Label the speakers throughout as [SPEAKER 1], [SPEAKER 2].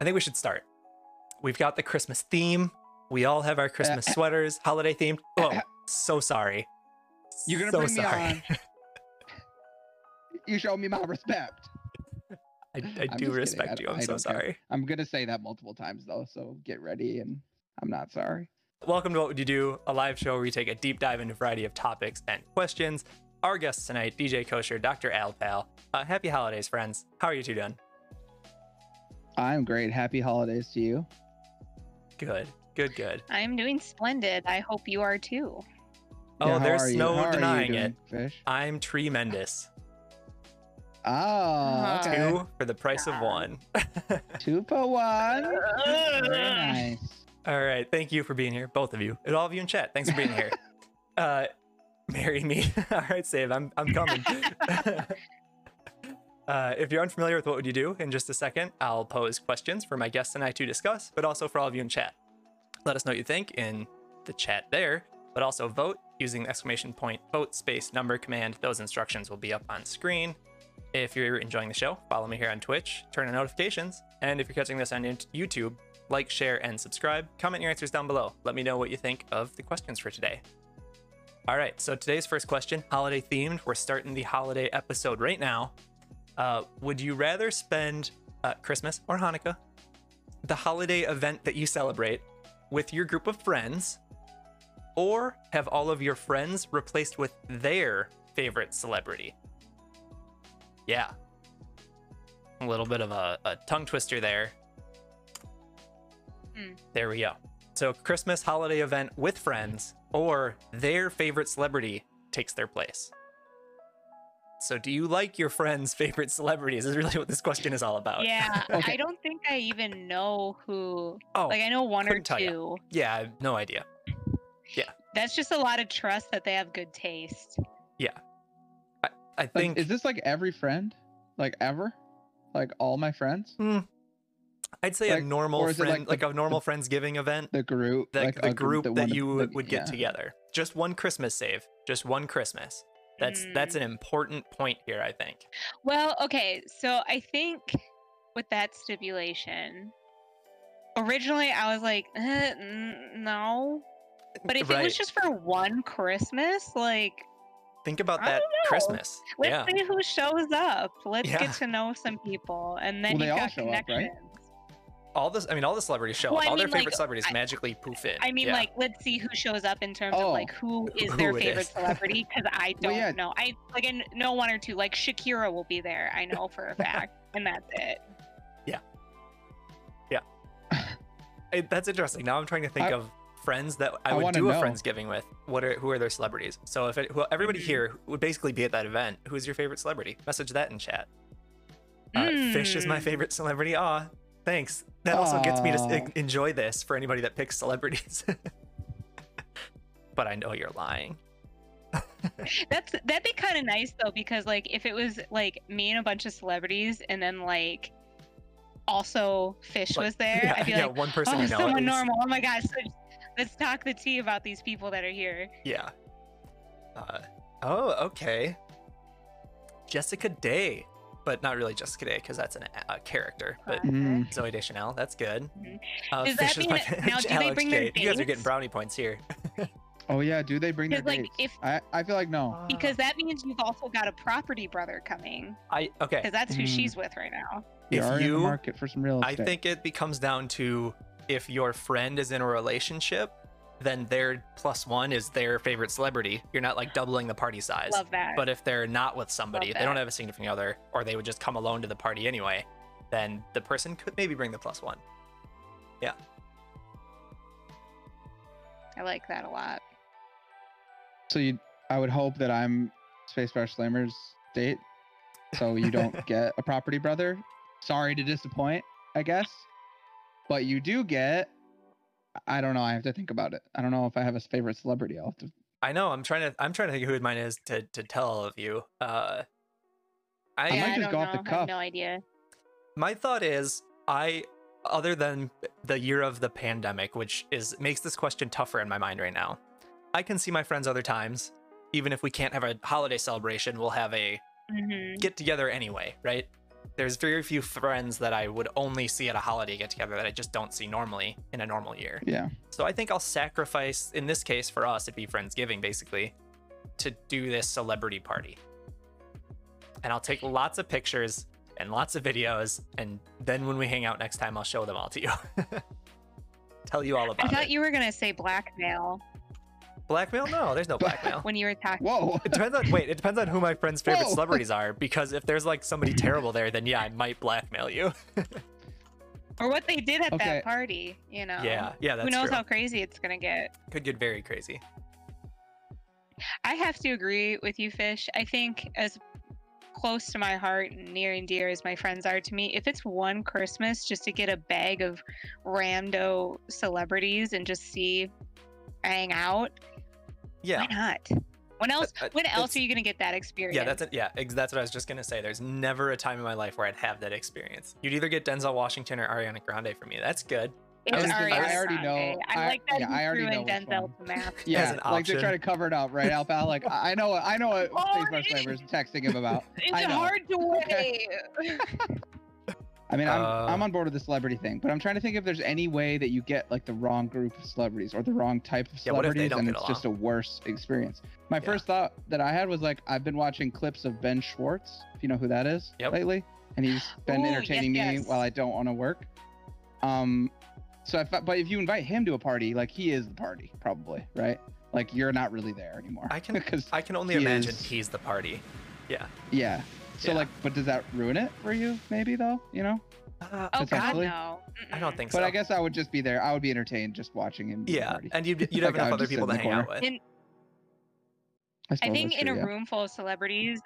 [SPEAKER 1] I think we should start. We've got the Christmas theme. We all have our
[SPEAKER 2] Uh,
[SPEAKER 1] Christmas sweaters, holiday themed. Oh, so sorry.
[SPEAKER 2] You're gonna
[SPEAKER 1] So
[SPEAKER 2] bring
[SPEAKER 1] sorry.
[SPEAKER 2] me on. you show me my respect.
[SPEAKER 1] I, I
[SPEAKER 2] I'm
[SPEAKER 1] do
[SPEAKER 2] just kidding.
[SPEAKER 1] respect
[SPEAKER 2] I-
[SPEAKER 1] you. I'm
[SPEAKER 2] I
[SPEAKER 1] so
[SPEAKER 2] don't care.
[SPEAKER 1] sorry.
[SPEAKER 2] I'm gonna say that multiple times though, so get ready. And I'm not sorry.
[SPEAKER 1] Welcome to What Would You Do, a live show where we take a deep dive into a variety of topics and questions. Our guests tonight, DJ Kosher, Dr. Alpal. Uh, happy holidays, friends. How are you two doing?
[SPEAKER 2] I'm great. Happy holidays to you.
[SPEAKER 1] Good, good, good.
[SPEAKER 3] I'm doing splendid. I hope you are too.
[SPEAKER 1] Oh,
[SPEAKER 2] Yeah, how
[SPEAKER 1] there's
[SPEAKER 2] are you?
[SPEAKER 1] no
[SPEAKER 2] How are you
[SPEAKER 1] denying
[SPEAKER 2] doing,
[SPEAKER 1] it.
[SPEAKER 2] Fish.
[SPEAKER 1] I'm tremendous.
[SPEAKER 2] Oh,
[SPEAKER 3] Uh,
[SPEAKER 2] okay.
[SPEAKER 1] Two for the price of
[SPEAKER 3] Yeah.
[SPEAKER 1] one.
[SPEAKER 2] Two for one. Very
[SPEAKER 3] Ugh.
[SPEAKER 2] nice.
[SPEAKER 1] All right. Thank you for being here, both of you, and all of you in chat. Thanks for being here. uh, marry me. all right, Save. I'm I'm coming. uh, if you're unfamiliar with what would you do, in just a second, I'll pose questions for my guests and I to discuss, but also for all of you in chat. Let us know what you think in the chat there, but also vote using the exclamation point vote space number command. Those instructions will be up on screen. If you're enjoying the show, follow me here on Twitch, turn on notifications, and if you're catching this on YouTube, like, share, and subscribe. Comment your answers down below. Let me know what you think of the questions for today. All right, so today's first question, holiday themed. We're starting the holiday episode right now. Uh, would you rather spend uh, Christmas or Hanukkah, the holiday event that you celebrate, with your group of friends, or have all of your friends replaced with their favorite celebrity? Yeah. A little bit of a, a tongue twister there.
[SPEAKER 3] Hmm.
[SPEAKER 1] There we go. So, Christmas holiday event with friends, or their favorite celebrity takes their place. So, do you like your friends' favorite celebrities? Is really what this question is all about.
[SPEAKER 3] Yeah,
[SPEAKER 2] Okay.
[SPEAKER 3] I don't think I even know who.
[SPEAKER 1] Oh,
[SPEAKER 3] Like I know one or
[SPEAKER 1] couldn't tell ya.
[SPEAKER 3] two.
[SPEAKER 1] yeah. I have no idea.
[SPEAKER 3] That's just a lot of trust that they have good taste.
[SPEAKER 1] I
[SPEAKER 2] Like,
[SPEAKER 1] think
[SPEAKER 2] is this like every friend? Like ever? Like all my friends?
[SPEAKER 1] I'd say
[SPEAKER 2] like-
[SPEAKER 1] a normal
[SPEAKER 2] or is it
[SPEAKER 1] friend, like,
[SPEAKER 2] like the-
[SPEAKER 1] a normal friendsgiving event,
[SPEAKER 2] The group?
[SPEAKER 1] like,
[SPEAKER 2] like
[SPEAKER 1] the
[SPEAKER 2] a
[SPEAKER 1] group
[SPEAKER 2] the
[SPEAKER 1] that
[SPEAKER 2] one-
[SPEAKER 1] you
[SPEAKER 2] like,
[SPEAKER 1] would get
[SPEAKER 2] yeah.
[SPEAKER 1] together. Just one Christmas save, just one Christmas. That's that's an
[SPEAKER 3] Hmm.
[SPEAKER 1] important point here. I think.
[SPEAKER 3] Well, okay, so I think with that stipulation, originally I was like, eh, n- no. But if it
[SPEAKER 1] Right.
[SPEAKER 3] was just for one Christmas, like
[SPEAKER 1] Think about
[SPEAKER 3] I
[SPEAKER 1] that
[SPEAKER 3] don't know.
[SPEAKER 1] Christmas.
[SPEAKER 3] let's see who shows up. Let's
[SPEAKER 1] Yeah.
[SPEAKER 3] get to know some people, and then
[SPEAKER 2] Well, they
[SPEAKER 3] you
[SPEAKER 2] all
[SPEAKER 3] got
[SPEAKER 2] show up, right?
[SPEAKER 3] connections.
[SPEAKER 1] all this i mean all the celebrities show
[SPEAKER 3] Well,
[SPEAKER 1] up
[SPEAKER 3] I
[SPEAKER 1] all their
[SPEAKER 3] mean, like,
[SPEAKER 1] favorite celebrities
[SPEAKER 3] I-
[SPEAKER 1] magically poof in
[SPEAKER 3] I mean,
[SPEAKER 1] Yeah.
[SPEAKER 3] like, let's see who shows up in terms
[SPEAKER 2] Oh.
[SPEAKER 3] of like who is
[SPEAKER 1] Who
[SPEAKER 3] their
[SPEAKER 1] it
[SPEAKER 3] favorite
[SPEAKER 1] is.
[SPEAKER 3] celebrity because I don't
[SPEAKER 2] Well, yeah.
[SPEAKER 3] know. I like I kn- know one or two. Like Shakira will be there. I know for a fact, and that's it.
[SPEAKER 1] Eh, that's interesting now i'm trying to think
[SPEAKER 2] I-
[SPEAKER 1] of friends that i
[SPEAKER 2] I
[SPEAKER 1] would
[SPEAKER 2] wanna
[SPEAKER 1] do a
[SPEAKER 2] know.
[SPEAKER 1] friendsgiving with what are who are their celebrities so if it, who, everybody
[SPEAKER 3] Mhm.
[SPEAKER 1] here would basically be at that event who's your favorite celebrity message that in chat uh, fish is my
[SPEAKER 3] Mm.
[SPEAKER 1] favorite celebrity ah thanks that also gets me to s-
[SPEAKER 2] Aw.
[SPEAKER 1] enjoy this for anybody that picks celebrities but i know you're lying
[SPEAKER 3] That's that'd be kind of nice though, because like if it was like me and a bunch of celebrities, and then like also Fish
[SPEAKER 1] Like,
[SPEAKER 3] was there,
[SPEAKER 1] yeah,
[SPEAKER 3] Eh, I'd be
[SPEAKER 1] yeah
[SPEAKER 3] like,
[SPEAKER 1] one person
[SPEAKER 3] oh,
[SPEAKER 1] you know at
[SPEAKER 3] someone
[SPEAKER 1] least.
[SPEAKER 3] normal. Oh my gosh, let's, let's talk the tea about these people that are here.
[SPEAKER 1] Yeah. Uh, oh, okay. Jessica Day, but not really Jessica Day because that's an, a character. But
[SPEAKER 2] Mm.
[SPEAKER 1] Zoe Deschanel, that's good.
[SPEAKER 3] Mhm.
[SPEAKER 1] Uh,
[SPEAKER 3] Hmm. Does that
[SPEAKER 1] Fish is
[SPEAKER 3] mean
[SPEAKER 1] my-
[SPEAKER 3] that- now, do they
[SPEAKER 1] Alex
[SPEAKER 3] bring their
[SPEAKER 1] Jade. You guys are getting
[SPEAKER 3] dates?
[SPEAKER 1] brownie points here.
[SPEAKER 2] Oh yeah, do they bring their
[SPEAKER 3] Because like
[SPEAKER 2] dates?
[SPEAKER 3] if
[SPEAKER 2] I, I feel like no.
[SPEAKER 3] because
[SPEAKER 1] Ah.
[SPEAKER 3] that means you've also got a property brother coming,
[SPEAKER 1] I okay.
[SPEAKER 3] because that's who
[SPEAKER 2] Mm.
[SPEAKER 3] she's with right now.
[SPEAKER 2] They
[SPEAKER 1] If
[SPEAKER 2] are in the
[SPEAKER 1] you-
[SPEAKER 2] market for some real
[SPEAKER 1] I
[SPEAKER 2] estate.
[SPEAKER 1] think it becomes down to if your friend is in a relationship, then their plus one is their favorite celebrity. You're not like doubling the party size.
[SPEAKER 3] Love that.
[SPEAKER 1] But if they're not with somebody,
[SPEAKER 3] Love
[SPEAKER 1] if they don't
[SPEAKER 3] that.
[SPEAKER 1] have a significant other, or they would just come alone to the party anyway, then the person could maybe bring the plus one.
[SPEAKER 3] I like that a lot.
[SPEAKER 2] so. You, I would hope that I'm Space Bar Slammer's date, so you don't get a property brother. Sorry to disappoint, I guess, but you do get. I don't know. I have to think about it. I don't know if I have a favorite celebrity. I'll have to.
[SPEAKER 1] I know. I'm trying to. I'm trying to think who mine is to to tell all of you. Uh, I
[SPEAKER 2] might
[SPEAKER 3] yeah,
[SPEAKER 2] just
[SPEAKER 3] I don't
[SPEAKER 2] go
[SPEAKER 3] know.
[SPEAKER 2] off the
[SPEAKER 3] I
[SPEAKER 2] cuff.
[SPEAKER 3] have no idea.
[SPEAKER 1] my thought is I other than the year of the pandemic, which is makes this question tougher in my mind right now. I can see my friends other times, even if we can't have a holiday celebration. We'll have a
[SPEAKER 3] hmm
[SPEAKER 1] get together anyway, right? there's very few friends that I would only see at a holiday get together that I just don't see normally in a normal year.
[SPEAKER 2] Yeah.
[SPEAKER 1] So I think I'll sacrifice, in this case for us, it'd be Friendsgiving basically, to do this celebrity party. And I'll take lots of pictures and lots of videos. And then when we hang out next time, I'll show them all to you. Tell you all
[SPEAKER 2] Uh,
[SPEAKER 3] I
[SPEAKER 1] about
[SPEAKER 3] thought
[SPEAKER 1] it.
[SPEAKER 3] you were gonna say blackmail
[SPEAKER 1] Blackmail? No, there's no blackmail.
[SPEAKER 3] when you were talking.
[SPEAKER 2] Whoa.
[SPEAKER 1] It depends on wait. It depends on who my friend's favorite
[SPEAKER 2] Whoa.
[SPEAKER 1] celebrities are. Because if there's like somebody terrible there, then yeah, I might blackmail you.
[SPEAKER 3] or what they did at
[SPEAKER 2] Okay.
[SPEAKER 3] that party. You know.
[SPEAKER 1] Yeah, yeah, that's
[SPEAKER 3] Who knows
[SPEAKER 1] true.
[SPEAKER 3] how crazy it's gonna get?
[SPEAKER 1] Could get very crazy.
[SPEAKER 3] I have to agree with you, Fish. I think as close to my heart and near and dear as my friends are to me, if it's one Christmas just to get a bag of rando celebrities and just see hang out,
[SPEAKER 1] Yeah.
[SPEAKER 3] why not? When else?
[SPEAKER 1] Uh, uh,
[SPEAKER 3] When else
[SPEAKER 1] it's-
[SPEAKER 3] are you gonna get that experience?
[SPEAKER 1] Yeah, that's it. Yeah, ex- that's what I was just gonna say. There's never a time in my life where I'd have that experience. You'd either get Denzel Washington or Ariana Grande for me. That's good.
[SPEAKER 3] It's
[SPEAKER 1] I was gonna- I
[SPEAKER 3] Ariana
[SPEAKER 1] already
[SPEAKER 3] Grande.
[SPEAKER 2] know-
[SPEAKER 3] I,
[SPEAKER 2] I-
[SPEAKER 3] like that
[SPEAKER 2] yeah,
[SPEAKER 3] you
[SPEAKER 2] I already
[SPEAKER 3] threw in
[SPEAKER 2] know which
[SPEAKER 3] Denzel
[SPEAKER 2] one.
[SPEAKER 3] to map.
[SPEAKER 1] as
[SPEAKER 2] Yeah,
[SPEAKER 1] an
[SPEAKER 2] like they're
[SPEAKER 1] option.
[SPEAKER 2] trying to cover it up, right, Alpha? Like I I know, what- I know what
[SPEAKER 3] Oh,
[SPEAKER 2] Spacebar
[SPEAKER 3] it
[SPEAKER 2] Slammers is texting him about.
[SPEAKER 3] It's
[SPEAKER 2] I know.
[SPEAKER 3] hard to weigh.
[SPEAKER 2] I mean, I'm
[SPEAKER 1] Uh,
[SPEAKER 2] I'm on board with the celebrity thing, but I'm trying to think if there's any way that you get like the wrong group of celebrities or the wrong type of
[SPEAKER 1] Yeah, what if they
[SPEAKER 2] celebrities,
[SPEAKER 1] don't
[SPEAKER 2] and
[SPEAKER 1] get
[SPEAKER 2] it's just a worse experience. My
[SPEAKER 1] Yeah.
[SPEAKER 2] first thought that I had was like, I've been watching clips of Ben Schwartz, if you know who that is,
[SPEAKER 1] Yep.
[SPEAKER 2] lately, and he's been
[SPEAKER 3] Ooh,
[SPEAKER 2] entertaining
[SPEAKER 3] yes,
[SPEAKER 2] me
[SPEAKER 3] yes.
[SPEAKER 2] while I don't want to work. Um, so if I, but if you invite him to a party, like he is the party, probably, right? Like you're not really there anymore.
[SPEAKER 1] I can-
[SPEAKER 2] because
[SPEAKER 1] I can only
[SPEAKER 2] He
[SPEAKER 1] imagine
[SPEAKER 2] is-
[SPEAKER 1] he's the party.
[SPEAKER 2] yeah. So
[SPEAKER 1] Yeah.
[SPEAKER 2] like, but does that ruin it for you? Maybe though, you know.
[SPEAKER 1] Uh,
[SPEAKER 3] Oh God,
[SPEAKER 2] Potentially.
[SPEAKER 3] no.
[SPEAKER 1] I don't
[SPEAKER 3] Mm-mm.
[SPEAKER 1] think so.
[SPEAKER 2] But I guess I would just be there. I would be entertained just watching him.
[SPEAKER 1] Yeah,
[SPEAKER 2] party.
[SPEAKER 1] and you'd you'd have
[SPEAKER 2] Like, I
[SPEAKER 1] enough
[SPEAKER 2] would
[SPEAKER 1] other
[SPEAKER 2] just sit
[SPEAKER 1] people
[SPEAKER 2] in
[SPEAKER 1] to
[SPEAKER 2] the
[SPEAKER 1] hang out with.
[SPEAKER 3] And- I
[SPEAKER 2] suppose
[SPEAKER 3] think
[SPEAKER 2] that's
[SPEAKER 3] in
[SPEAKER 2] true,
[SPEAKER 3] a
[SPEAKER 2] yeah.
[SPEAKER 3] room full of celebrities,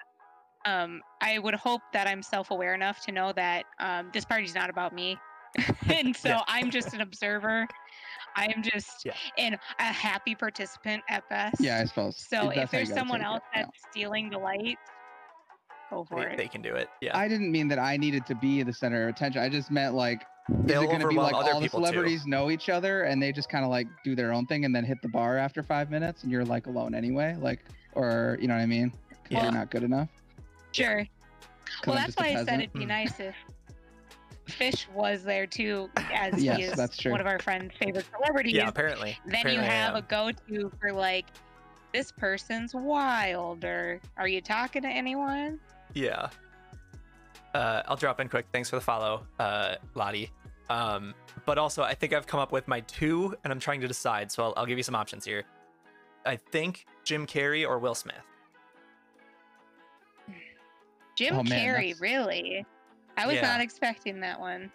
[SPEAKER 3] um, I would hope that I'm self-aware enough to know that um, this party's not about me, and so
[SPEAKER 1] Yeah.
[SPEAKER 3] I'm just an observer. I am just
[SPEAKER 1] Yeah.
[SPEAKER 3] an a happy participant at best.
[SPEAKER 2] Yeah, I suppose.
[SPEAKER 3] So
[SPEAKER 2] That's how you
[SPEAKER 3] if there's
[SPEAKER 2] gotta
[SPEAKER 3] someone
[SPEAKER 2] take it,
[SPEAKER 3] else
[SPEAKER 2] yeah.
[SPEAKER 3] that's stealing the light, go for
[SPEAKER 1] They,
[SPEAKER 3] it.
[SPEAKER 1] they can do it. Yeah,
[SPEAKER 2] I didn't mean that I needed to be the center of attention. I just meant like is
[SPEAKER 1] They'll
[SPEAKER 2] it going to be
[SPEAKER 1] overwhelm
[SPEAKER 2] like
[SPEAKER 1] other
[SPEAKER 2] all the
[SPEAKER 1] people too.
[SPEAKER 2] celebrities know each other and they just kind of like do their own thing and then hit the bar after five minutes and you're like alone anyway, like or you know what I mean? 'Cause
[SPEAKER 3] Yeah.
[SPEAKER 2] you're not good enough.
[SPEAKER 3] Sure.
[SPEAKER 2] 'cause
[SPEAKER 3] Well,
[SPEAKER 2] I'm
[SPEAKER 3] that's
[SPEAKER 2] just a
[SPEAKER 3] why I said
[SPEAKER 2] peasant. Hmm.
[SPEAKER 3] it'd be
[SPEAKER 1] Mm.
[SPEAKER 3] nice if Fish was there too, as he
[SPEAKER 2] Yes,
[SPEAKER 3] is
[SPEAKER 2] that's true.
[SPEAKER 3] one of our friends' favorite celebrities.
[SPEAKER 1] yeah. Apparently,
[SPEAKER 3] then you
[SPEAKER 1] Apparently I
[SPEAKER 3] have a
[SPEAKER 1] am.
[SPEAKER 3] go-to for like this person's wild or are you talking to anyone
[SPEAKER 1] Yeah. Uh, I'll drop in quick. Thanks for the follow, uh, Lottie. Um, but also, I think I've come up with my two, and I'm trying to decide. So I'll, I'll give you some options here. I think Jim Carrey or Will Smith.
[SPEAKER 3] jim
[SPEAKER 2] Oh, man,
[SPEAKER 3] carrey
[SPEAKER 2] that's-
[SPEAKER 3] really i was
[SPEAKER 1] Yeah.
[SPEAKER 3] not expecting that one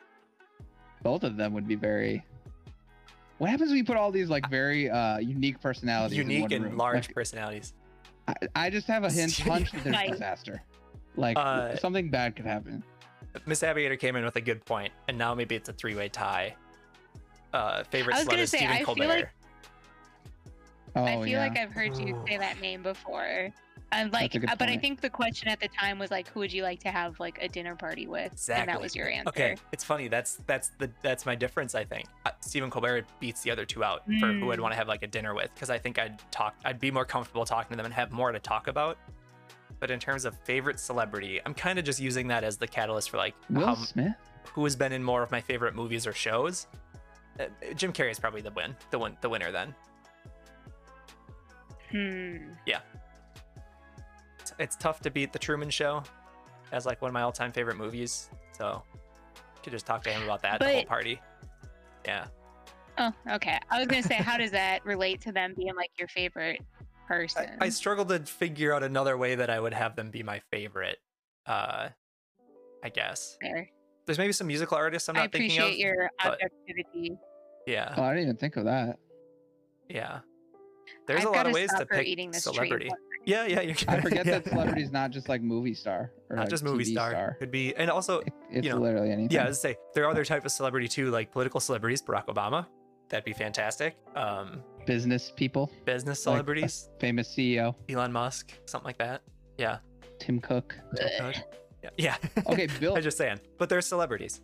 [SPEAKER 2] Both of them would be very. What happens when you put all these like very uh, unique personalities? in
[SPEAKER 1] Unique
[SPEAKER 2] one
[SPEAKER 1] and
[SPEAKER 2] room?
[SPEAKER 1] large
[SPEAKER 2] Like,
[SPEAKER 1] personalities.
[SPEAKER 2] I, I just have a hint hunch that there's
[SPEAKER 3] Right.
[SPEAKER 2] a disaster. Like
[SPEAKER 1] Uh,
[SPEAKER 2] something bad could happen.
[SPEAKER 1] Miss Aviator came in with a good point, and now maybe it's a three-way tie. Uh, favorite
[SPEAKER 3] I was
[SPEAKER 1] slut
[SPEAKER 3] gonna
[SPEAKER 1] is
[SPEAKER 3] say,
[SPEAKER 1] Stephen
[SPEAKER 3] I feel
[SPEAKER 1] Colbert.
[SPEAKER 3] like-
[SPEAKER 2] Oh
[SPEAKER 3] i feel
[SPEAKER 2] yeah.
[SPEAKER 3] like i've heard you say
[SPEAKER 1] Ooh.
[SPEAKER 3] that name before and like
[SPEAKER 2] a good
[SPEAKER 3] uh, but i
[SPEAKER 2] point.
[SPEAKER 3] think the question at the time was like who would you like to have like a dinner party with and that
[SPEAKER 1] Exactly.
[SPEAKER 3] was your answer
[SPEAKER 1] Okay, it's funny. That's that's the that's my difference. I think uh, Stephen Colbert beats the other two out for who I'd
[SPEAKER 3] Mm.
[SPEAKER 1] want to have like a dinner with because I think I'd talk, I'd be more comfortable talking to them and have more to talk about. But in terms of favorite celebrity, I'm kind of just using that as the catalyst for like
[SPEAKER 2] Will
[SPEAKER 1] how-
[SPEAKER 2] Smith.
[SPEAKER 1] who has been in more of my favorite movies or shows. Uh, Jim Carrey is probably the win, the win, the winner. Then
[SPEAKER 3] hmm.
[SPEAKER 1] it's, it's tough to beat The Truman Show as like one of my all-time favorite movies. So could just talk to him about that the whole
[SPEAKER 3] But-
[SPEAKER 1] party. Yeah.
[SPEAKER 3] oh okay i was gonna say how does that relate to them being like your favorite person
[SPEAKER 1] I, I struggle to figure out another way that I would have them be my favorite. Uh, I guess
[SPEAKER 3] there.
[SPEAKER 1] there's maybe some musical artists I'm
[SPEAKER 3] I
[SPEAKER 1] not thinking of.
[SPEAKER 3] appreciate your
[SPEAKER 1] but-
[SPEAKER 3] objectivity
[SPEAKER 1] yeah,
[SPEAKER 2] Oh, I didn't even think of that.
[SPEAKER 1] yeah. There's
[SPEAKER 3] I've
[SPEAKER 1] a lot
[SPEAKER 3] gotta
[SPEAKER 1] of ways to
[SPEAKER 3] stop her
[SPEAKER 1] pick
[SPEAKER 3] eating this tree
[SPEAKER 1] celebrity.
[SPEAKER 3] once.
[SPEAKER 1] Yeah, yeah. You're
[SPEAKER 2] I forget
[SPEAKER 1] yeah.
[SPEAKER 2] that celebrity's not just like movie star or
[SPEAKER 1] Not
[SPEAKER 2] like,
[SPEAKER 1] just movie
[SPEAKER 2] TV
[SPEAKER 1] star. Could be, and also,
[SPEAKER 2] It- it's
[SPEAKER 1] know,
[SPEAKER 2] literally anything.
[SPEAKER 1] yeah. I was gonna say there are other type of celebrity too, like political celebrities, Barack Obama. That'd be fantastic. Um,
[SPEAKER 2] business people,
[SPEAKER 1] business
[SPEAKER 2] Like, uh,
[SPEAKER 1] celebrities,
[SPEAKER 2] famous CEO,
[SPEAKER 1] Elon Musk, something like that. Yeah.
[SPEAKER 2] Tim Cook.
[SPEAKER 1] Bill Gates. Yeah. yeah.
[SPEAKER 2] Okay, Bill
[SPEAKER 1] I'm just saying, but they're celebrities.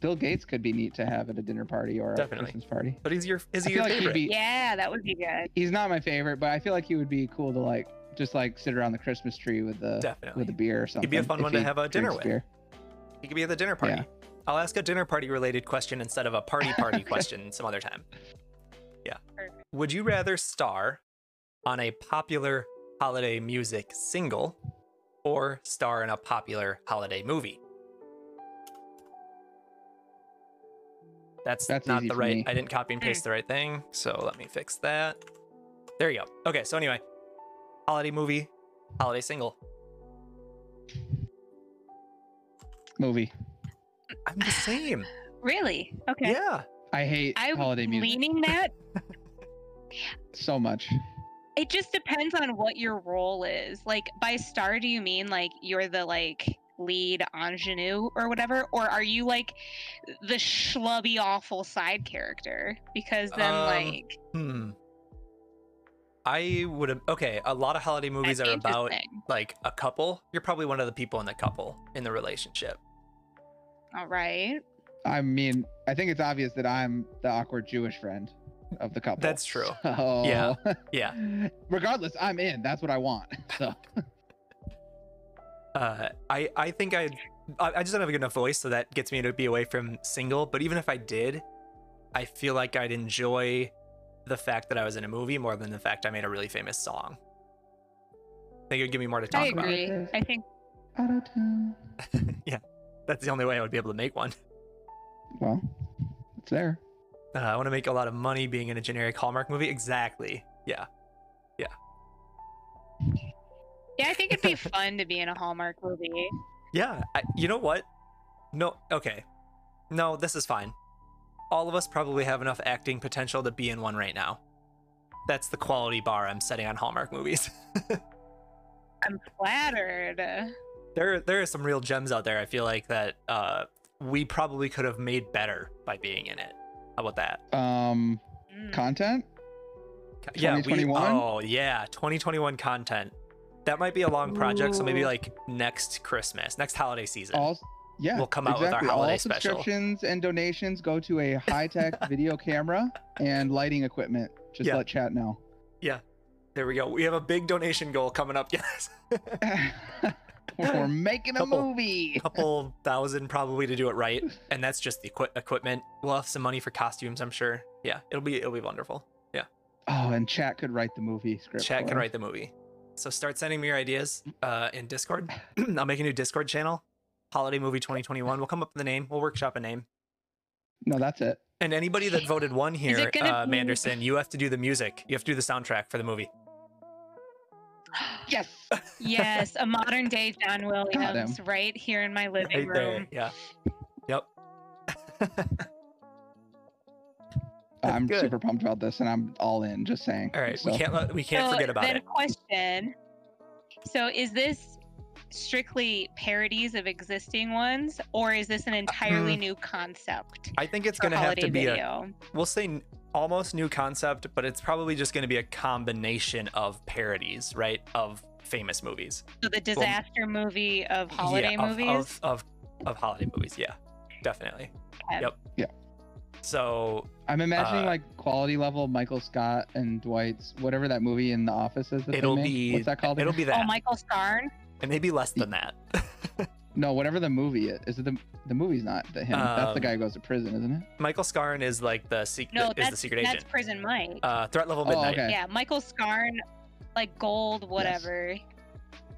[SPEAKER 2] Bill Gates could be neat to have at a dinner party or
[SPEAKER 1] Definitely.
[SPEAKER 2] a Christmas party.
[SPEAKER 1] But he's your is
[SPEAKER 2] I
[SPEAKER 1] he
[SPEAKER 2] feel
[SPEAKER 1] your
[SPEAKER 2] like he'd
[SPEAKER 1] favorite?
[SPEAKER 2] be.
[SPEAKER 3] Yeah, that would be good.
[SPEAKER 2] He's not my favorite, but I feel like he would be cool to like just like sit around the Christmas tree with the
[SPEAKER 1] Definitely.
[SPEAKER 2] uh, with a beer or something.
[SPEAKER 1] be a fun
[SPEAKER 2] if
[SPEAKER 1] one to
[SPEAKER 2] he
[SPEAKER 1] have a dinner
[SPEAKER 2] drinks
[SPEAKER 1] with.
[SPEAKER 2] Beer.
[SPEAKER 1] He could be at the dinner party.
[SPEAKER 2] Yeah.
[SPEAKER 1] I'll ask a dinner party related question instead of a party party question some other time. Yeah.
[SPEAKER 3] Perfect.
[SPEAKER 1] Would you rather star on a popular holiday music single or star in a popular holiday movie? That's,
[SPEAKER 2] That's
[SPEAKER 1] not
[SPEAKER 2] easy
[SPEAKER 1] the
[SPEAKER 2] for
[SPEAKER 1] right.
[SPEAKER 2] me.
[SPEAKER 1] I didn't copy and paste
[SPEAKER 3] Hmm.
[SPEAKER 1] the right thing, so let me fix that. There you go. Okay, so anyway, holiday movie, holiday single.
[SPEAKER 2] Movie.
[SPEAKER 1] I'm the same.
[SPEAKER 3] Really? Okay.
[SPEAKER 1] Yeah.
[SPEAKER 2] I hate
[SPEAKER 3] I'm
[SPEAKER 2] holiday music
[SPEAKER 3] leaning that.
[SPEAKER 2] so much.
[SPEAKER 3] It just depends on what your role is. Like by star, do you mean like you're the like lead ingenue or whatever, or are you like the schlubby awful side character? Because then
[SPEAKER 1] Um,
[SPEAKER 3] like
[SPEAKER 1] Hmm. I would have okay. A lot of holiday movies
[SPEAKER 3] that's
[SPEAKER 1] are about
[SPEAKER 3] interesting.
[SPEAKER 1] like a couple. You're probably one of the people in the couple in the relationship.
[SPEAKER 3] All right.
[SPEAKER 2] I mean, I think it's obvious that I'm the awkward Jewish friend of the couple.
[SPEAKER 1] That's true.
[SPEAKER 2] So-
[SPEAKER 1] Yeah. Yeah.
[SPEAKER 2] Regardless, I'm in. That's what I want. So
[SPEAKER 1] Uh, I I think I I I just don't have a good enough voice, so that gets me to be away from single. But even if I did, I feel like I'd enjoy the fact that I was in a movie more than the fact I made a really famous song. I think it would give me more to talk
[SPEAKER 3] I
[SPEAKER 1] about.
[SPEAKER 3] agree.
[SPEAKER 2] it.
[SPEAKER 3] I think
[SPEAKER 2] Auto-tune.
[SPEAKER 1] That's the only way I would be able to make one.
[SPEAKER 2] Well, it's there.
[SPEAKER 1] Uh, I want to make a lot of money being in a generic Hallmark movie. Exactly. Yeah.
[SPEAKER 3] yeah, I think it'd be fun to be in a Hallmark movie.
[SPEAKER 1] Yeah. I, you know what? No. Okay. No, this is fine. All of us probably have enough acting potential to be in one right now. That's the quality bar I'm setting on Hallmark movies.
[SPEAKER 3] I'm flattered. Mm.
[SPEAKER 1] there, there are some real gems out there. I feel like that uh, we probably could have made better by being in it. How about that?
[SPEAKER 2] Um,
[SPEAKER 3] Mm.
[SPEAKER 2] content.
[SPEAKER 1] Yeah, we.
[SPEAKER 2] 2021?
[SPEAKER 1] Oh, yeah, 2021 content. That might be a long project, so maybe
[SPEAKER 3] Ooh.
[SPEAKER 1] like next Christmas, next holiday season.
[SPEAKER 2] All yeah.
[SPEAKER 1] We'll come out with our
[SPEAKER 2] exactly.
[SPEAKER 1] holiday
[SPEAKER 2] All
[SPEAKER 1] special.
[SPEAKER 2] subscriptions and donations go to a high-tech video camera and lighting equipment. Just
[SPEAKER 1] Yeah.
[SPEAKER 2] let chat know.
[SPEAKER 1] There we go. We have a big donation goal coming up, guys.
[SPEAKER 2] We're making a
[SPEAKER 1] Couple.
[SPEAKER 2] movie.
[SPEAKER 1] couple thousand probably to do it right, and that's just the equi- equipment. We'll have some money for costumes, I'm sure. Yeah, it'll be it'll be wonderful.
[SPEAKER 2] Oh, and chat could write the movie script.
[SPEAKER 1] Chat
[SPEAKER 2] for
[SPEAKER 1] can
[SPEAKER 2] us.
[SPEAKER 1] write the movie. So start sending me your ideas uh, in Discord. I'll make a new Discord channel, Holiday Movie 2021. We'll come up with a name. We'll workshop a name.
[SPEAKER 2] No, that's it.
[SPEAKER 1] And anybody that voted one
[SPEAKER 3] it
[SPEAKER 1] here,
[SPEAKER 3] gonna
[SPEAKER 1] uh,
[SPEAKER 3] be-
[SPEAKER 1] Manderson, you have to do the music. You have to do the soundtrack for the movie.
[SPEAKER 2] Yes.
[SPEAKER 3] yes, a modern day John Williams right here in my living
[SPEAKER 1] Right there.
[SPEAKER 3] room.
[SPEAKER 1] Yeah. Yep.
[SPEAKER 2] I'm
[SPEAKER 1] good.
[SPEAKER 2] super pumped about this, and I'm all in. Just saying.
[SPEAKER 1] All right.
[SPEAKER 2] So,
[SPEAKER 1] We can't let, we can't forget about
[SPEAKER 3] then
[SPEAKER 1] it.
[SPEAKER 3] question. So is this strictly parodies of existing ones or is this an entirely new concept
[SPEAKER 1] I think it's
[SPEAKER 3] for
[SPEAKER 1] going to have
[SPEAKER 3] holiday
[SPEAKER 1] to be a
[SPEAKER 3] video?
[SPEAKER 1] we'll say n- almost new concept, but it's probably just going to be a combination of parodies, right? Of famous movies.
[SPEAKER 3] so the disaster movie of holiday
[SPEAKER 1] yeah, of-
[SPEAKER 3] movies?
[SPEAKER 1] Of, of, of holiday movies. Yeah, definitely.
[SPEAKER 3] Okay.
[SPEAKER 1] Yep.
[SPEAKER 2] Yeah.
[SPEAKER 1] So,
[SPEAKER 2] I'm imagining
[SPEAKER 1] uh,
[SPEAKER 2] like quality level Michael Scott and Dwight's whatever that movie in The Office is. That they
[SPEAKER 1] It'll
[SPEAKER 2] make.
[SPEAKER 1] be-
[SPEAKER 2] What's that called?
[SPEAKER 1] it'll
[SPEAKER 2] again?
[SPEAKER 1] be that.
[SPEAKER 3] Oh, Michael Starn?
[SPEAKER 1] and maybe less than that.
[SPEAKER 2] No, whatever the movie is. Is it the the movie's not the him? that's the
[SPEAKER 1] Um,
[SPEAKER 2] guy who goes to prison, isn't it?
[SPEAKER 1] Michael Scarn is like the, sec-
[SPEAKER 3] No,
[SPEAKER 1] is
[SPEAKER 3] that's,
[SPEAKER 1] the secret
[SPEAKER 3] that's
[SPEAKER 1] agent.
[SPEAKER 3] Prison Mike.
[SPEAKER 1] Uh, threat level
[SPEAKER 2] Oh,
[SPEAKER 1] midnight.
[SPEAKER 2] okay.
[SPEAKER 3] Yeah, Michael Scarn, like gold, whatever.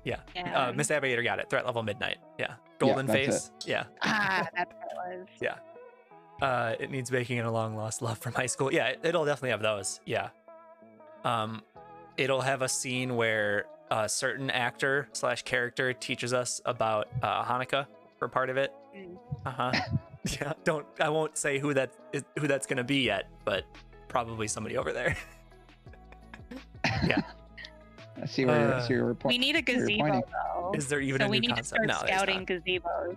[SPEAKER 1] Yeah.
[SPEAKER 3] Yeah.
[SPEAKER 1] Uh, Miss Abigator got it. Threat level midnight. Yeah. Golden
[SPEAKER 2] that's
[SPEAKER 1] face. Yeah.
[SPEAKER 3] ah, that's what it was.
[SPEAKER 1] uh it needs making and a long lost love from high school yeah it- it'll definitely have those yeah um it'll have a scene where a certain actor slash character teaches us about uh hanukkah for part of it
[SPEAKER 3] Mm.
[SPEAKER 1] uh-huh yeah don't i won't say who that is who that's gonna be yet but probably somebody over there
[SPEAKER 2] I see where you're, I
[SPEAKER 1] uh,
[SPEAKER 2] see your report.
[SPEAKER 3] We need a
[SPEAKER 2] you're
[SPEAKER 3] gazebo
[SPEAKER 2] pointing.
[SPEAKER 3] though.
[SPEAKER 1] is there even
[SPEAKER 3] Oh, so
[SPEAKER 1] a
[SPEAKER 3] we
[SPEAKER 1] new
[SPEAKER 3] need
[SPEAKER 1] concept
[SPEAKER 3] to
[SPEAKER 1] no
[SPEAKER 3] start
[SPEAKER 1] there's
[SPEAKER 3] scouting
[SPEAKER 1] not.
[SPEAKER 3] gazebos.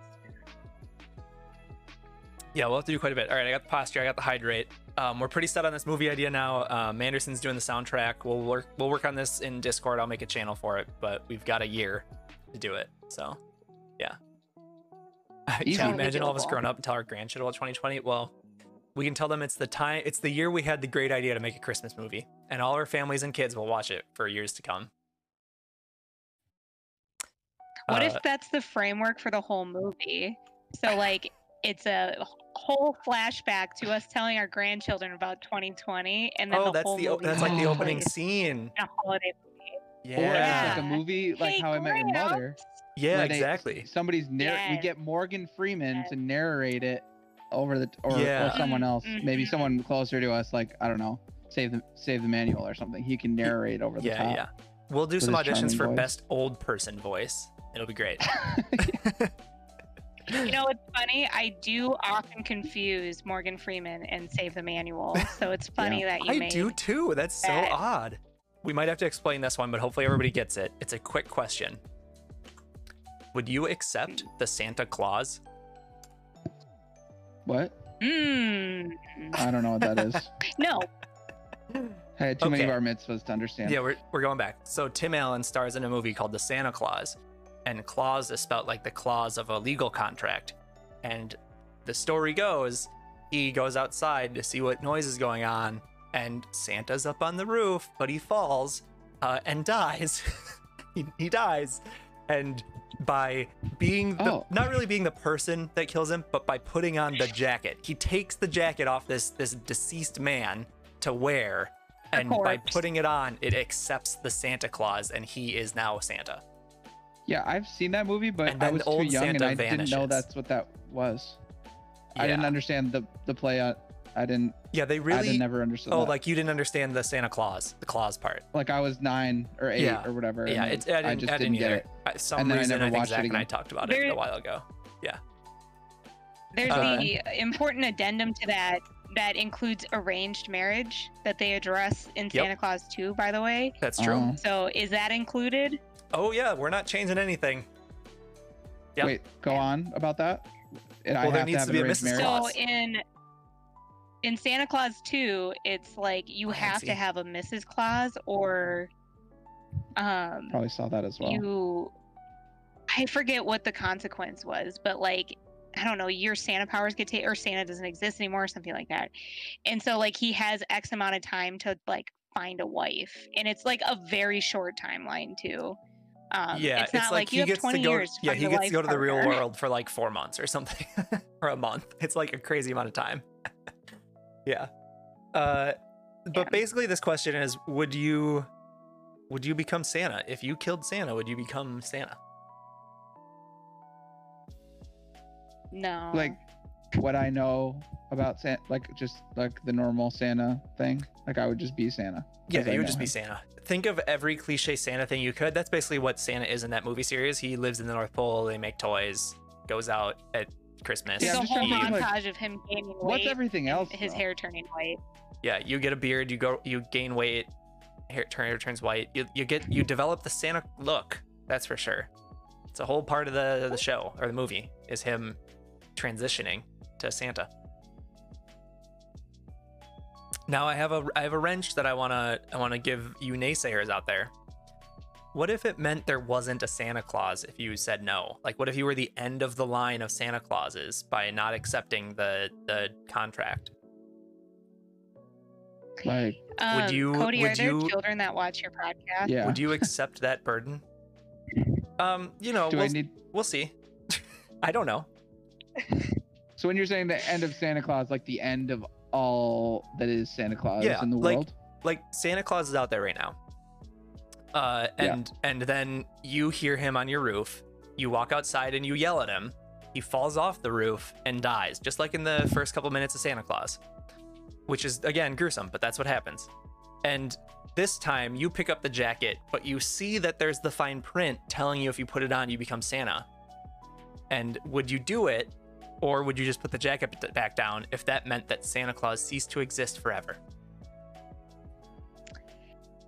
[SPEAKER 1] yeah we'll have to do quite a bit all right i got the posture i got the hydrate um, we're pretty set on this movie idea now. Uh, Manderson's doing the soundtrack. We'll work. We'll work on this in Discord. I'll make a channel for it, but we've got a year to do it. So, yeah. Can you
[SPEAKER 2] Easy.
[SPEAKER 1] imagine all of us
[SPEAKER 3] Doable.
[SPEAKER 1] growing up and tell our grandchildren about 2020? Well, we can tell them it's the time. It's the year we had the great idea to make a Christmas movie, and all our families and kids will watch it for years to come.
[SPEAKER 3] What
[SPEAKER 1] Uh,
[SPEAKER 3] if that's the framework for the whole movie? So like it's a whole flashback to us telling our grandchildren about 2020 and then
[SPEAKER 1] oh,
[SPEAKER 3] the
[SPEAKER 1] that's
[SPEAKER 3] whole
[SPEAKER 1] the o-
[SPEAKER 3] movie
[SPEAKER 1] that's like the
[SPEAKER 3] takes
[SPEAKER 1] opening
[SPEAKER 3] place
[SPEAKER 1] scene.
[SPEAKER 3] in a holiday.
[SPEAKER 1] Yeah.
[SPEAKER 2] Or
[SPEAKER 1] Yeah,
[SPEAKER 2] it's like a movie like
[SPEAKER 3] Hey,
[SPEAKER 2] How I Met Your
[SPEAKER 3] Gramps.
[SPEAKER 2] Mother. where they-
[SPEAKER 1] exactly.
[SPEAKER 2] somebody's narr- we
[SPEAKER 3] Yes.
[SPEAKER 2] get Morgan Freeman
[SPEAKER 3] Yes.
[SPEAKER 2] to narrate it over the or,
[SPEAKER 1] Yeah.
[SPEAKER 2] or someone
[SPEAKER 3] Mm,
[SPEAKER 2] else, maybe
[SPEAKER 3] mhm.
[SPEAKER 2] someone closer to us, like I don't know, save the save the manual or something. He can narrate over the
[SPEAKER 1] Yeah,
[SPEAKER 2] top.
[SPEAKER 1] yeah. We'll do
[SPEAKER 2] With
[SPEAKER 1] some
[SPEAKER 2] his
[SPEAKER 1] auditions
[SPEAKER 2] charming
[SPEAKER 1] for
[SPEAKER 2] voice.
[SPEAKER 1] best old person voice. It'll be great.
[SPEAKER 3] You know, it's funny. I do often confuse Morgan Freeman and Save the Manual, so it's funny that you
[SPEAKER 1] I
[SPEAKER 3] made.
[SPEAKER 1] do too. That's so
[SPEAKER 3] that.
[SPEAKER 1] odd. We might have to explain this one, but hopefully everybody gets it. It's a quick question. Would you accept the Santa Claus?
[SPEAKER 2] What?
[SPEAKER 3] Mm,
[SPEAKER 2] I don't know what that is.
[SPEAKER 3] no,
[SPEAKER 2] I had too many
[SPEAKER 1] Okay.
[SPEAKER 2] bar mitzvahs to understand.
[SPEAKER 1] Yeah, we're, we're going back. So Tim Allen stars in a movie called The Santa Claus, and Claus is spelled like the clause of a legal contract. And the story goes, he goes outside to see what noise is going on, and Santa's up on the roof, but he falls uh, and dies. he, he dies, and by being the,
[SPEAKER 2] Oh.
[SPEAKER 1] not really being the person that kills him, but by putting on the jacket, he takes the jacket off this this deceased man to wear
[SPEAKER 3] A
[SPEAKER 1] and by
[SPEAKER 3] corpse.
[SPEAKER 1] putting it on, it accepts the Santa Claus, and he is now Santa.
[SPEAKER 2] Yeah, I've seen that movie, but
[SPEAKER 1] And
[SPEAKER 2] I
[SPEAKER 1] then
[SPEAKER 2] was too
[SPEAKER 1] old
[SPEAKER 2] young and
[SPEAKER 1] Santa
[SPEAKER 2] I didn't know
[SPEAKER 1] vanishes.
[SPEAKER 2] that's what that was.
[SPEAKER 1] Yeah,
[SPEAKER 2] I didn't understand the the play. On, I didn't.
[SPEAKER 1] yeah they
[SPEAKER 2] I
[SPEAKER 1] really.
[SPEAKER 2] didn't never understood.
[SPEAKER 1] oh,
[SPEAKER 2] that.
[SPEAKER 1] like you didn't understand the Santa Claus, the Claus part.
[SPEAKER 2] like I was nine or eight
[SPEAKER 1] Yeah.
[SPEAKER 2] or whatever.
[SPEAKER 1] yeah,
[SPEAKER 2] and
[SPEAKER 1] it's, I didn't,
[SPEAKER 2] I just
[SPEAKER 1] I didn't,
[SPEAKER 2] get
[SPEAKER 1] either.
[SPEAKER 2] it.
[SPEAKER 1] I- some
[SPEAKER 2] And then I
[SPEAKER 1] reason
[SPEAKER 2] never
[SPEAKER 1] I, think
[SPEAKER 2] watched it
[SPEAKER 1] Zach and I
[SPEAKER 2] again.
[SPEAKER 1] talked about it
[SPEAKER 3] There-
[SPEAKER 1] a while ago.
[SPEAKER 3] there's
[SPEAKER 1] Uh,
[SPEAKER 3] the important addendum to that that includes arranged marriage that they address in
[SPEAKER 1] Yep.
[SPEAKER 3] Santa Claus 2, by the way.
[SPEAKER 1] That's true.
[SPEAKER 2] Oh.
[SPEAKER 3] So is that included?
[SPEAKER 1] Oh yeah, we're not changing anything. Yep.
[SPEAKER 2] Wait, go on about that. And I
[SPEAKER 1] Well, there
[SPEAKER 2] have
[SPEAKER 1] needs
[SPEAKER 2] to, have
[SPEAKER 1] to be a
[SPEAKER 2] an arranged
[SPEAKER 1] Mrs.
[SPEAKER 2] marriage.
[SPEAKER 1] Claus.
[SPEAKER 3] So in in Santa Claus 2, it's like you
[SPEAKER 1] I
[SPEAKER 3] have
[SPEAKER 1] see.
[SPEAKER 3] to have a Mrs. Claus or um
[SPEAKER 2] Probably saw that as well.
[SPEAKER 3] you I forget what the consequence was, but like I don't know, your Santa powers get taken or Santa doesn't exist anymore or something like that. And so like he has X amount of time to like find a wife. And it's like a very short timeline too. Um,
[SPEAKER 1] yeah,
[SPEAKER 3] it's not like, you
[SPEAKER 1] he
[SPEAKER 3] have
[SPEAKER 1] gets
[SPEAKER 3] 20
[SPEAKER 1] to go.
[SPEAKER 3] years.
[SPEAKER 1] yeah,
[SPEAKER 3] find
[SPEAKER 1] he
[SPEAKER 3] a
[SPEAKER 1] gets
[SPEAKER 3] life
[SPEAKER 1] to go to the real
[SPEAKER 3] partner.
[SPEAKER 1] world for like four months or something, or a month. It's like a crazy amount of time. yeah, uh, but
[SPEAKER 3] Yeah.
[SPEAKER 1] basically, this question is: Would you, would you become Santa if you killed Santa? Would you become Santa?
[SPEAKER 3] No.
[SPEAKER 2] Like what I know about Santa, like just like the normal Santa thing. Like I would just be Santa.
[SPEAKER 1] Yeah,
[SPEAKER 2] as I
[SPEAKER 1] you would
[SPEAKER 2] know
[SPEAKER 1] just be
[SPEAKER 2] him.
[SPEAKER 1] Santa. Think of every cliche Santa thing you could. That's basically what Santa is in that movie series. He lives in the North Pole. They make toys. Goes out at Christmas.
[SPEAKER 3] There's
[SPEAKER 2] Yeah, I'm
[SPEAKER 3] a
[SPEAKER 2] just
[SPEAKER 3] whole
[SPEAKER 2] trying to
[SPEAKER 1] Eve.
[SPEAKER 2] think, like,
[SPEAKER 3] montage of him gaining
[SPEAKER 2] What's
[SPEAKER 3] weight,
[SPEAKER 2] everything
[SPEAKER 3] and
[SPEAKER 2] else?
[SPEAKER 3] his
[SPEAKER 2] though?
[SPEAKER 3] hair turning white.
[SPEAKER 1] yeah you get a beard you go you gain weight hair turn hair turns white you, you get you develop the santa look that's for sure it's a whole part of the the show or the movie is him transitioning to santa now i have a i have a wrench that i want to i want to give you naysayers out there what if it meant there wasn't a santa claus if you said no like what if you were the end of the line of santa clauses by not accepting the the contract
[SPEAKER 2] Like
[SPEAKER 3] Um,
[SPEAKER 1] you-
[SPEAKER 3] Cody,
[SPEAKER 1] would
[SPEAKER 3] are there
[SPEAKER 1] you-
[SPEAKER 3] children that watch your podcast?
[SPEAKER 2] yeah.
[SPEAKER 1] Would you accept that burden? Um, you know,
[SPEAKER 2] Do
[SPEAKER 1] we'll,
[SPEAKER 2] I need?
[SPEAKER 1] we'll see. I don't know.
[SPEAKER 2] So when you're saying the end of Santa Claus, like the end of all that is Santa Claus
[SPEAKER 1] Yeah,
[SPEAKER 2] in the
[SPEAKER 1] like-
[SPEAKER 2] world.
[SPEAKER 1] Like Santa Claus is out there right now. Uh,
[SPEAKER 2] Yeah.
[SPEAKER 1] and and then you hear him on your roof. You walk outside and you yell at him. He falls off the roof and dies, just like in the first couple minutes of Santa Claus, which is again gruesome, but that's what happens. And this time you pick up the jacket, but you see that there's the fine print telling you if you put it on, you become Santa. And would you do it, or would you just put the jacket b- back down if that meant that Santa Claus ceased to exist forever?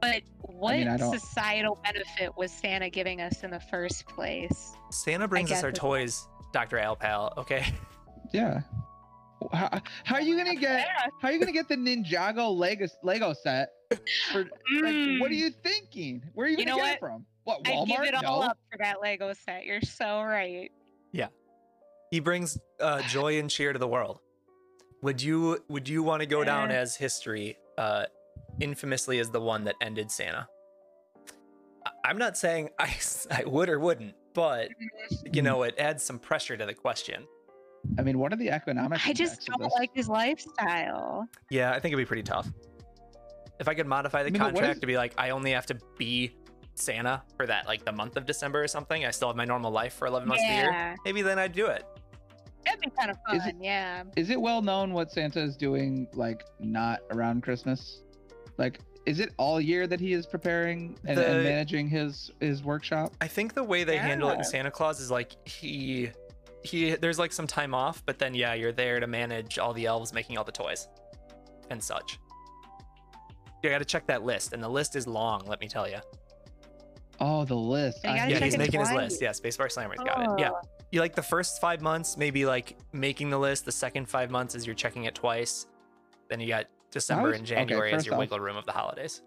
[SPEAKER 3] But what
[SPEAKER 2] mean, I don't-
[SPEAKER 3] societal benefit was Santa giving us in the first place?
[SPEAKER 1] Santa brings us
[SPEAKER 3] guess
[SPEAKER 1] our
[SPEAKER 3] it's-
[SPEAKER 1] toys, Dr. Alpal, okay?
[SPEAKER 2] Yeah. How, how are you gonna get?
[SPEAKER 3] Yeah.
[SPEAKER 2] How are you gonna get the Ninjago Lego Lego set? For, like, what are
[SPEAKER 3] Mm.
[SPEAKER 2] you thinking? Where are you
[SPEAKER 3] You
[SPEAKER 2] gonna
[SPEAKER 3] know
[SPEAKER 2] get it from? What
[SPEAKER 3] Mm. I
[SPEAKER 2] Walmart?
[SPEAKER 3] give it all
[SPEAKER 2] no.
[SPEAKER 3] up for that Lego set. You're so right.
[SPEAKER 1] He brings uh, joy and cheer to the world. Would you would you want to go down
[SPEAKER 3] Yeah.
[SPEAKER 1] as history uh, infamously as the one that ended Santa? I- I'm not saying I, s- I would or wouldn't, but you know, it adds some pressure to the question.
[SPEAKER 2] I mean, what are the economic?
[SPEAKER 3] I
[SPEAKER 2] impacts
[SPEAKER 3] just
[SPEAKER 2] of
[SPEAKER 3] don't
[SPEAKER 2] this?
[SPEAKER 3] like his lifestyle.
[SPEAKER 1] Yeah, I think it'd be pretty tough. If I could modify the
[SPEAKER 2] I mean, but what
[SPEAKER 1] contract
[SPEAKER 2] is-
[SPEAKER 1] to be like, I only have to be Santa for that, like the month of December or something, I still have my normal life for 11 months of the year,
[SPEAKER 3] Yeah,
[SPEAKER 1] maybe then I'd do it.
[SPEAKER 3] that'd be kind of fun.
[SPEAKER 2] Is it-
[SPEAKER 3] yeah,
[SPEAKER 2] Is it well known what Santa is doing, like not around Christmas? Like, is it all year that he is preparing and,
[SPEAKER 1] The-
[SPEAKER 2] and managing his his workshop?
[SPEAKER 1] I think the way they handle it
[SPEAKER 3] Yeah.
[SPEAKER 1] in Santa Claus is like he he there's like some time off, but then yeah, you're there to manage all the elves making all the toys and such. You got to check that list, and the list is long. Let me tell you.
[SPEAKER 2] Oh, the list.
[SPEAKER 3] You
[SPEAKER 2] I
[SPEAKER 3] gotta
[SPEAKER 1] Yeah,
[SPEAKER 2] get
[SPEAKER 1] he's
[SPEAKER 2] it.
[SPEAKER 3] check
[SPEAKER 2] Oh.
[SPEAKER 3] it's
[SPEAKER 1] making his
[SPEAKER 3] blinded.
[SPEAKER 1] list. Yeah, Spacebar Slammer's got it.
[SPEAKER 3] Oh,
[SPEAKER 1] Yeah, you like the first five months, maybe like making the list. The second five months is you're checking it twice. Then you got December
[SPEAKER 2] was-
[SPEAKER 1] and
[SPEAKER 2] okay,
[SPEAKER 1] January as
[SPEAKER 2] first
[SPEAKER 1] your
[SPEAKER 2] off-
[SPEAKER 1] wiggle room of the holidays.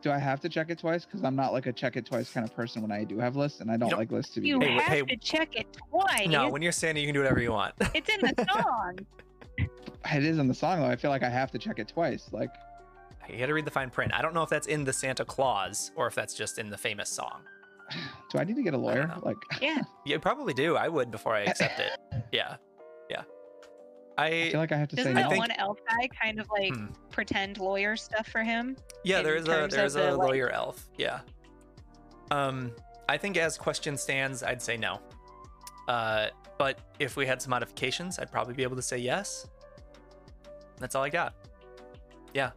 [SPEAKER 2] Do I have to check it twice? Because I'm not like a check it twice kind of person when I do have lists, and I don't
[SPEAKER 1] don't-
[SPEAKER 2] like lists to be.
[SPEAKER 3] you
[SPEAKER 1] Hey,
[SPEAKER 3] have
[SPEAKER 1] hey.
[SPEAKER 3] to check it twice.
[SPEAKER 1] No, when you're Santa, you can do whatever you want.
[SPEAKER 3] it's in the song.
[SPEAKER 2] It is in the song though. I feel like I have to check it twice. Like,
[SPEAKER 1] you got to read the fine print. I don't know if that's in the Santa Claus or if that's just in the famous song.
[SPEAKER 2] do I need to get a lawyer?
[SPEAKER 1] know.
[SPEAKER 2] Like,
[SPEAKER 3] yeah,
[SPEAKER 1] You probably do. I would before I accept it. Yeah, yeah.
[SPEAKER 2] I feel
[SPEAKER 1] I
[SPEAKER 2] like I have to say
[SPEAKER 3] doesn't
[SPEAKER 1] I
[SPEAKER 2] no.
[SPEAKER 3] that
[SPEAKER 1] think-
[SPEAKER 3] one elf guy kind of like
[SPEAKER 1] Hmm.
[SPEAKER 3] pretend lawyer stuff for him?
[SPEAKER 1] yeah.
[SPEAKER 3] in
[SPEAKER 1] There is a
[SPEAKER 3] terms
[SPEAKER 1] there
[SPEAKER 3] of
[SPEAKER 1] is a
[SPEAKER 3] the, like-
[SPEAKER 1] lawyer elf. Yeah. Um, I think as question stands, I'd say no. Uh, but if we had some modifications, I'd probably be able to say yes. That's all I got. Yeah.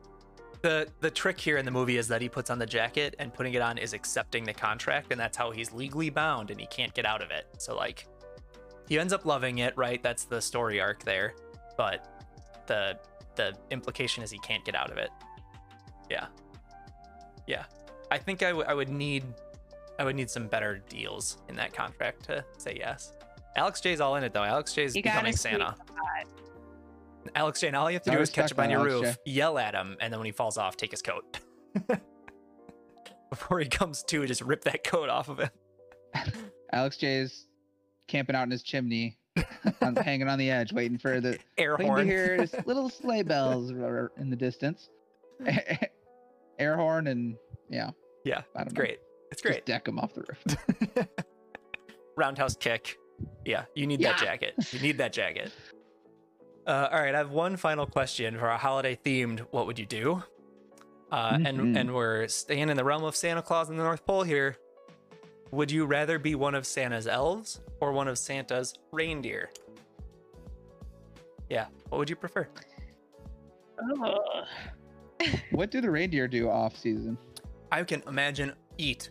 [SPEAKER 1] The the trick here in the movie is that he puts on the jacket and putting it on is accepting the contract and that's how he's legally bound and he can't get out of it. So like he ends up loving it, right? That's the story arc there. But the the implication is he can't get out of it. Yeah. Yeah. I think I, w- I would need I would need some better deals in that contract to say yes. Alex J's all in it though. Alex J's
[SPEAKER 3] You gotta
[SPEAKER 1] becoming
[SPEAKER 3] sweet
[SPEAKER 1] Santa. Alex J, and all you have to
[SPEAKER 2] I
[SPEAKER 1] do is catch
[SPEAKER 2] respect
[SPEAKER 1] him on
[SPEAKER 2] that,
[SPEAKER 1] your
[SPEAKER 2] Alex
[SPEAKER 1] roof, yell at him, and then when he falls off, take his coat. Before he comes to, just rip that coat off of him.
[SPEAKER 2] Alex J's camping out in his chimney, on, hanging on the edge, waiting for the
[SPEAKER 1] Air
[SPEAKER 2] waiting to
[SPEAKER 1] horn.
[SPEAKER 2] hear s- little sleigh bells r- r- in the distance. Air horn and yeah,
[SPEAKER 1] Hmm. Yeah,
[SPEAKER 2] I don't
[SPEAKER 1] It's
[SPEAKER 2] know.
[SPEAKER 1] great. It's
[SPEAKER 2] Just
[SPEAKER 1] great.
[SPEAKER 2] deck him off the roof.
[SPEAKER 1] Roundhouse kick. Yeah, you need that
[SPEAKER 3] Yeah.
[SPEAKER 1] jacket. You need that jacket. Uh, all right, I have one final question for our holiday themed. What would you do? Uh, And
[SPEAKER 2] Mhm.
[SPEAKER 1] and we're staying in the realm of Santa Claus in the North Pole here. Would you rather be one of Santa's elves or one of Santa's reindeer? Yeah, what would you prefer?
[SPEAKER 3] Ugh.
[SPEAKER 2] what do the reindeer do off season?
[SPEAKER 1] I can imagine eat,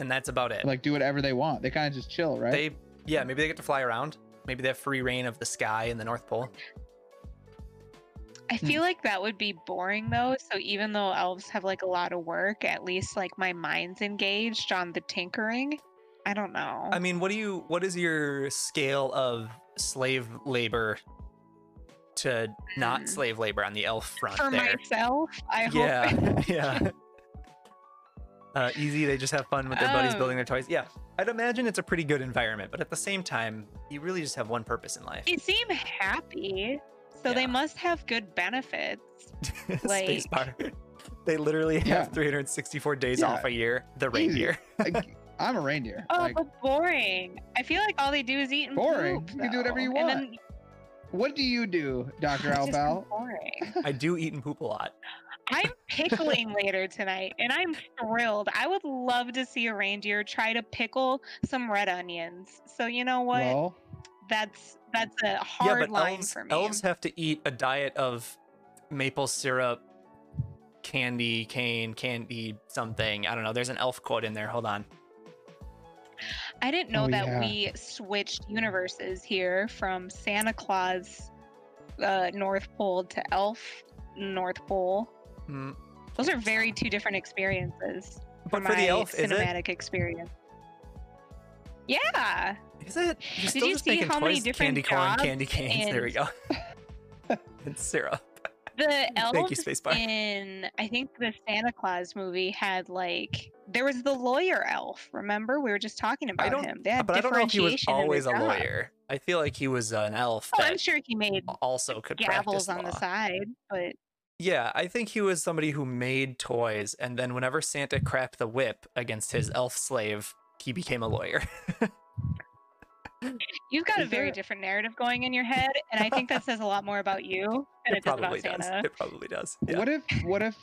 [SPEAKER 1] and that's about it.
[SPEAKER 2] Like do whatever they want. They kind of just chill, right?
[SPEAKER 1] They yeah, maybe they get to fly around. Maybe they have free reign of the sky in the North Pole.
[SPEAKER 2] Hmm.
[SPEAKER 3] I feel like that would be boring though. So even though elves have like a lot of work, at least like my mind's engaged on the tinkering. I don't know.
[SPEAKER 1] I mean, what do you what is your scale of slave labor to not
[SPEAKER 3] Hmm.
[SPEAKER 1] slave labor on the elf front
[SPEAKER 3] For
[SPEAKER 1] there?
[SPEAKER 3] myself, I hope.
[SPEAKER 1] yeah, yeah. Uh, easy, they just have fun with their buddies
[SPEAKER 3] Oh.
[SPEAKER 1] building their toys. Yeah, I'd imagine it's a pretty good environment, but at the same time, you really just have one purpose in life.
[SPEAKER 3] They seem happy, so
[SPEAKER 1] Yeah.
[SPEAKER 3] they must have good benefits.
[SPEAKER 1] Space
[SPEAKER 3] like-
[SPEAKER 1] bar. They literally
[SPEAKER 2] Yeah.
[SPEAKER 1] have 364 days
[SPEAKER 2] Yeah.
[SPEAKER 1] off a year. The
[SPEAKER 2] Easy.
[SPEAKER 1] reindeer.
[SPEAKER 2] Like, I'm a reindeer.
[SPEAKER 3] Oh,
[SPEAKER 2] like,
[SPEAKER 3] but boring. I feel like all they do is eat and
[SPEAKER 2] Boring?
[SPEAKER 3] poop,
[SPEAKER 2] You can do whatever you
[SPEAKER 3] though, and then
[SPEAKER 2] what do you do, Doctor
[SPEAKER 3] it's just
[SPEAKER 2] Alpal?
[SPEAKER 3] boring.
[SPEAKER 1] I do eat and poop a lot.
[SPEAKER 3] I'm pickling later tonight, and I'm thrilled. I would love to see a reindeer try to pickle some red onions. So you know what?
[SPEAKER 2] Well,
[SPEAKER 3] that's that's a hard
[SPEAKER 1] yeah, but
[SPEAKER 3] line
[SPEAKER 1] elves,
[SPEAKER 3] for me.
[SPEAKER 1] elves have to eat a diet of maple syrup, candy cane, candy something. I don't know. There's an elf quote in there. Hold on.
[SPEAKER 3] I didn't know
[SPEAKER 2] Oh,
[SPEAKER 3] that
[SPEAKER 2] yeah.
[SPEAKER 3] we switched universes here from Santa Claus uh, North Pole to Elf North Pole.
[SPEAKER 1] Mm,
[SPEAKER 3] Those are very two different experiences.
[SPEAKER 1] But for the
[SPEAKER 3] my
[SPEAKER 1] elf, is it?
[SPEAKER 3] cinematic experience. Yeah.
[SPEAKER 1] Is it? You're still
[SPEAKER 3] you
[SPEAKER 1] just
[SPEAKER 3] see
[SPEAKER 1] making
[SPEAKER 3] how many
[SPEAKER 1] toys,
[SPEAKER 3] different
[SPEAKER 1] candy corn,
[SPEAKER 3] jobs
[SPEAKER 1] candy canes. There we go. and syrup.
[SPEAKER 3] The elves
[SPEAKER 1] Thank you, Spacebar.
[SPEAKER 3] in I think the Santa Claus movie had like there was the lawyer elf. Remember we were just talking about
[SPEAKER 1] don't-
[SPEAKER 3] him. They had
[SPEAKER 1] But I don't know if he was
[SPEAKER 3] differentiation in their
[SPEAKER 1] always a
[SPEAKER 3] job.
[SPEAKER 1] lawyer. I feel like he was an elf
[SPEAKER 3] Oh,
[SPEAKER 1] that
[SPEAKER 3] I'm sure he made
[SPEAKER 1] also could practice
[SPEAKER 3] gavels on
[SPEAKER 1] law.
[SPEAKER 3] the side, but
[SPEAKER 1] Yeah, I think he was somebody who made toys, and then whenever Santa cracked the whip against his elf slave, he became a lawyer.
[SPEAKER 3] You've got a
[SPEAKER 2] Is
[SPEAKER 3] very
[SPEAKER 2] there-
[SPEAKER 3] different narrative going in your head, and I think that says a lot more about you than it,
[SPEAKER 1] It
[SPEAKER 3] does about
[SPEAKER 1] probably does.
[SPEAKER 3] Santa.
[SPEAKER 1] It probably does. Yeah.
[SPEAKER 2] What if what if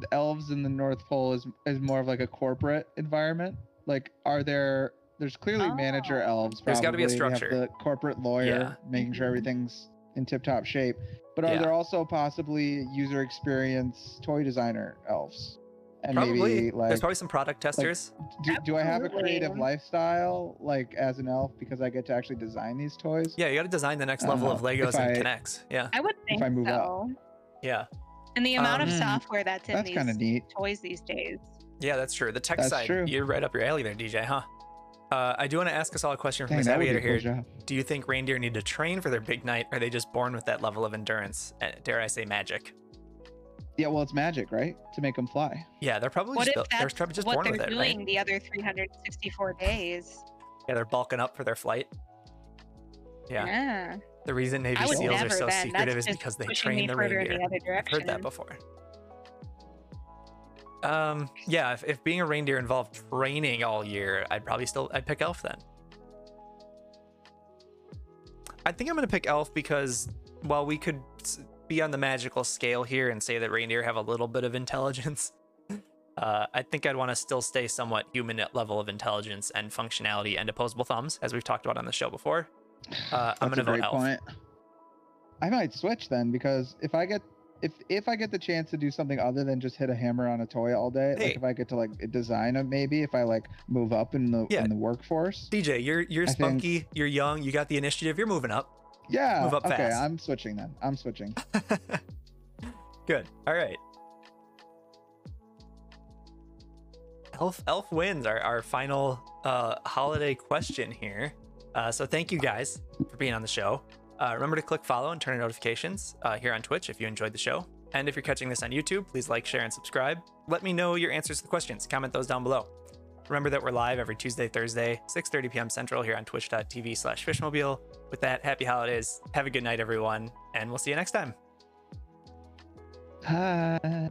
[SPEAKER 2] the elves in the North Pole is is more of like a corporate environment? Like, are there? There's clearly manager
[SPEAKER 3] Oh.
[SPEAKER 2] elves.
[SPEAKER 1] There's gotta
[SPEAKER 2] got to
[SPEAKER 1] be a
[SPEAKER 2] We
[SPEAKER 1] structure.
[SPEAKER 2] have the corporate lawyer
[SPEAKER 1] Yeah.
[SPEAKER 2] making sure
[SPEAKER 3] Mhm.
[SPEAKER 2] everything's in tip-top shape. But are
[SPEAKER 1] Yeah.
[SPEAKER 2] there also possibly user experience toy designer elves? And
[SPEAKER 1] probably.
[SPEAKER 2] maybe like,
[SPEAKER 1] There's probably some product testers.
[SPEAKER 2] do, do I have a
[SPEAKER 3] Absolutely.
[SPEAKER 2] creative lifestyle like as an elf because I get to actually design these toys?
[SPEAKER 1] yeah, you got to design the next
[SPEAKER 2] I don't
[SPEAKER 1] level of
[SPEAKER 2] know. If
[SPEAKER 1] Legos and
[SPEAKER 2] I-
[SPEAKER 1] Connects. Yeah.
[SPEAKER 3] I would think
[SPEAKER 2] I move
[SPEAKER 3] so.
[SPEAKER 2] up.
[SPEAKER 1] Yeah.
[SPEAKER 3] And the amount of
[SPEAKER 2] Um,
[SPEAKER 3] software that's in
[SPEAKER 2] That's kind of
[SPEAKER 3] these
[SPEAKER 2] neat.
[SPEAKER 3] toys these days.
[SPEAKER 1] Yeah, that's true. The tech
[SPEAKER 2] That's
[SPEAKER 1] side,
[SPEAKER 2] true.
[SPEAKER 1] you're right up your alley there, DJ, huh? Uh, I do want to ask us all a question from
[SPEAKER 2] Dang,
[SPEAKER 1] this
[SPEAKER 2] that would be
[SPEAKER 1] aviator
[SPEAKER 2] a cool
[SPEAKER 1] here.
[SPEAKER 2] job.
[SPEAKER 1] Do you think reindeer need to train for their big night? Or are they just born with that level of endurance? Uh, Dare I say magic?
[SPEAKER 2] Yeah, well, it's magic, right? To make them fly.
[SPEAKER 1] Yeah, they're probably
[SPEAKER 3] What
[SPEAKER 1] just,
[SPEAKER 3] if
[SPEAKER 1] built- they're
[SPEAKER 3] that's
[SPEAKER 1] probably just
[SPEAKER 3] what
[SPEAKER 1] born
[SPEAKER 3] they're
[SPEAKER 1] with it,
[SPEAKER 3] doing
[SPEAKER 1] right?
[SPEAKER 3] the other 364 days?
[SPEAKER 1] Yeah, they're bulking up for their flight. Yeah.
[SPEAKER 3] Yeah.
[SPEAKER 1] The reason Navy
[SPEAKER 3] I would
[SPEAKER 1] SEAls
[SPEAKER 3] never
[SPEAKER 1] are so
[SPEAKER 3] been.
[SPEAKER 1] secretive
[SPEAKER 3] That's
[SPEAKER 1] is
[SPEAKER 3] just
[SPEAKER 1] because they
[SPEAKER 3] pushing
[SPEAKER 1] train
[SPEAKER 3] me
[SPEAKER 1] the
[SPEAKER 3] further
[SPEAKER 1] reindeer.
[SPEAKER 3] in the other
[SPEAKER 1] I've heard
[SPEAKER 3] direction.
[SPEAKER 1] that before. Um, yeah, if, if being a reindeer involved training all year, I'd probably still I'd pick elf then. I think I'm gonna pick elf because while we could s- be on the magical scale here and say that reindeer have a little bit of intelligence, uh, I think I'd want to still stay somewhat human at level of intelligence and functionality and opposable thumbs, as we've talked about on the show before. Uh, I'm gonna
[SPEAKER 2] That's a
[SPEAKER 1] vote
[SPEAKER 2] great
[SPEAKER 1] elf.
[SPEAKER 2] point. I might switch then because if I get if if I get the chance to do something other than just hit a hammer on a toy all day,
[SPEAKER 1] Hey.
[SPEAKER 2] like if I get to like design it, maybe if I like move up in the
[SPEAKER 1] Yeah.
[SPEAKER 2] in the workforce.
[SPEAKER 1] DJ, you're you're
[SPEAKER 2] I think-
[SPEAKER 1] spunky, you're young, you got the initiative, you're moving up.
[SPEAKER 2] Yeah.
[SPEAKER 1] Move up
[SPEAKER 2] okay,
[SPEAKER 1] fast.
[SPEAKER 2] I'm switching then. I'm switching.
[SPEAKER 1] Good. All right. Elf Elf wins our, our final uh, holiday question here. Uh, so thank you guys for being on the show. Uh, remember to click follow and turn on notifications uh, here on Twitch if you enjoyed the show. And if you're catching this on YouTube, please like, share, and subscribe. Let me know your answers to the questions. Comment those down below. Remember that we're live every Tuesday, Thursday, 6.30 p.m. Central here on twitch.tv slash fishmobile. With that, happy holidays. Have a good night, everyone. And we'll see you next time.
[SPEAKER 2] Hi.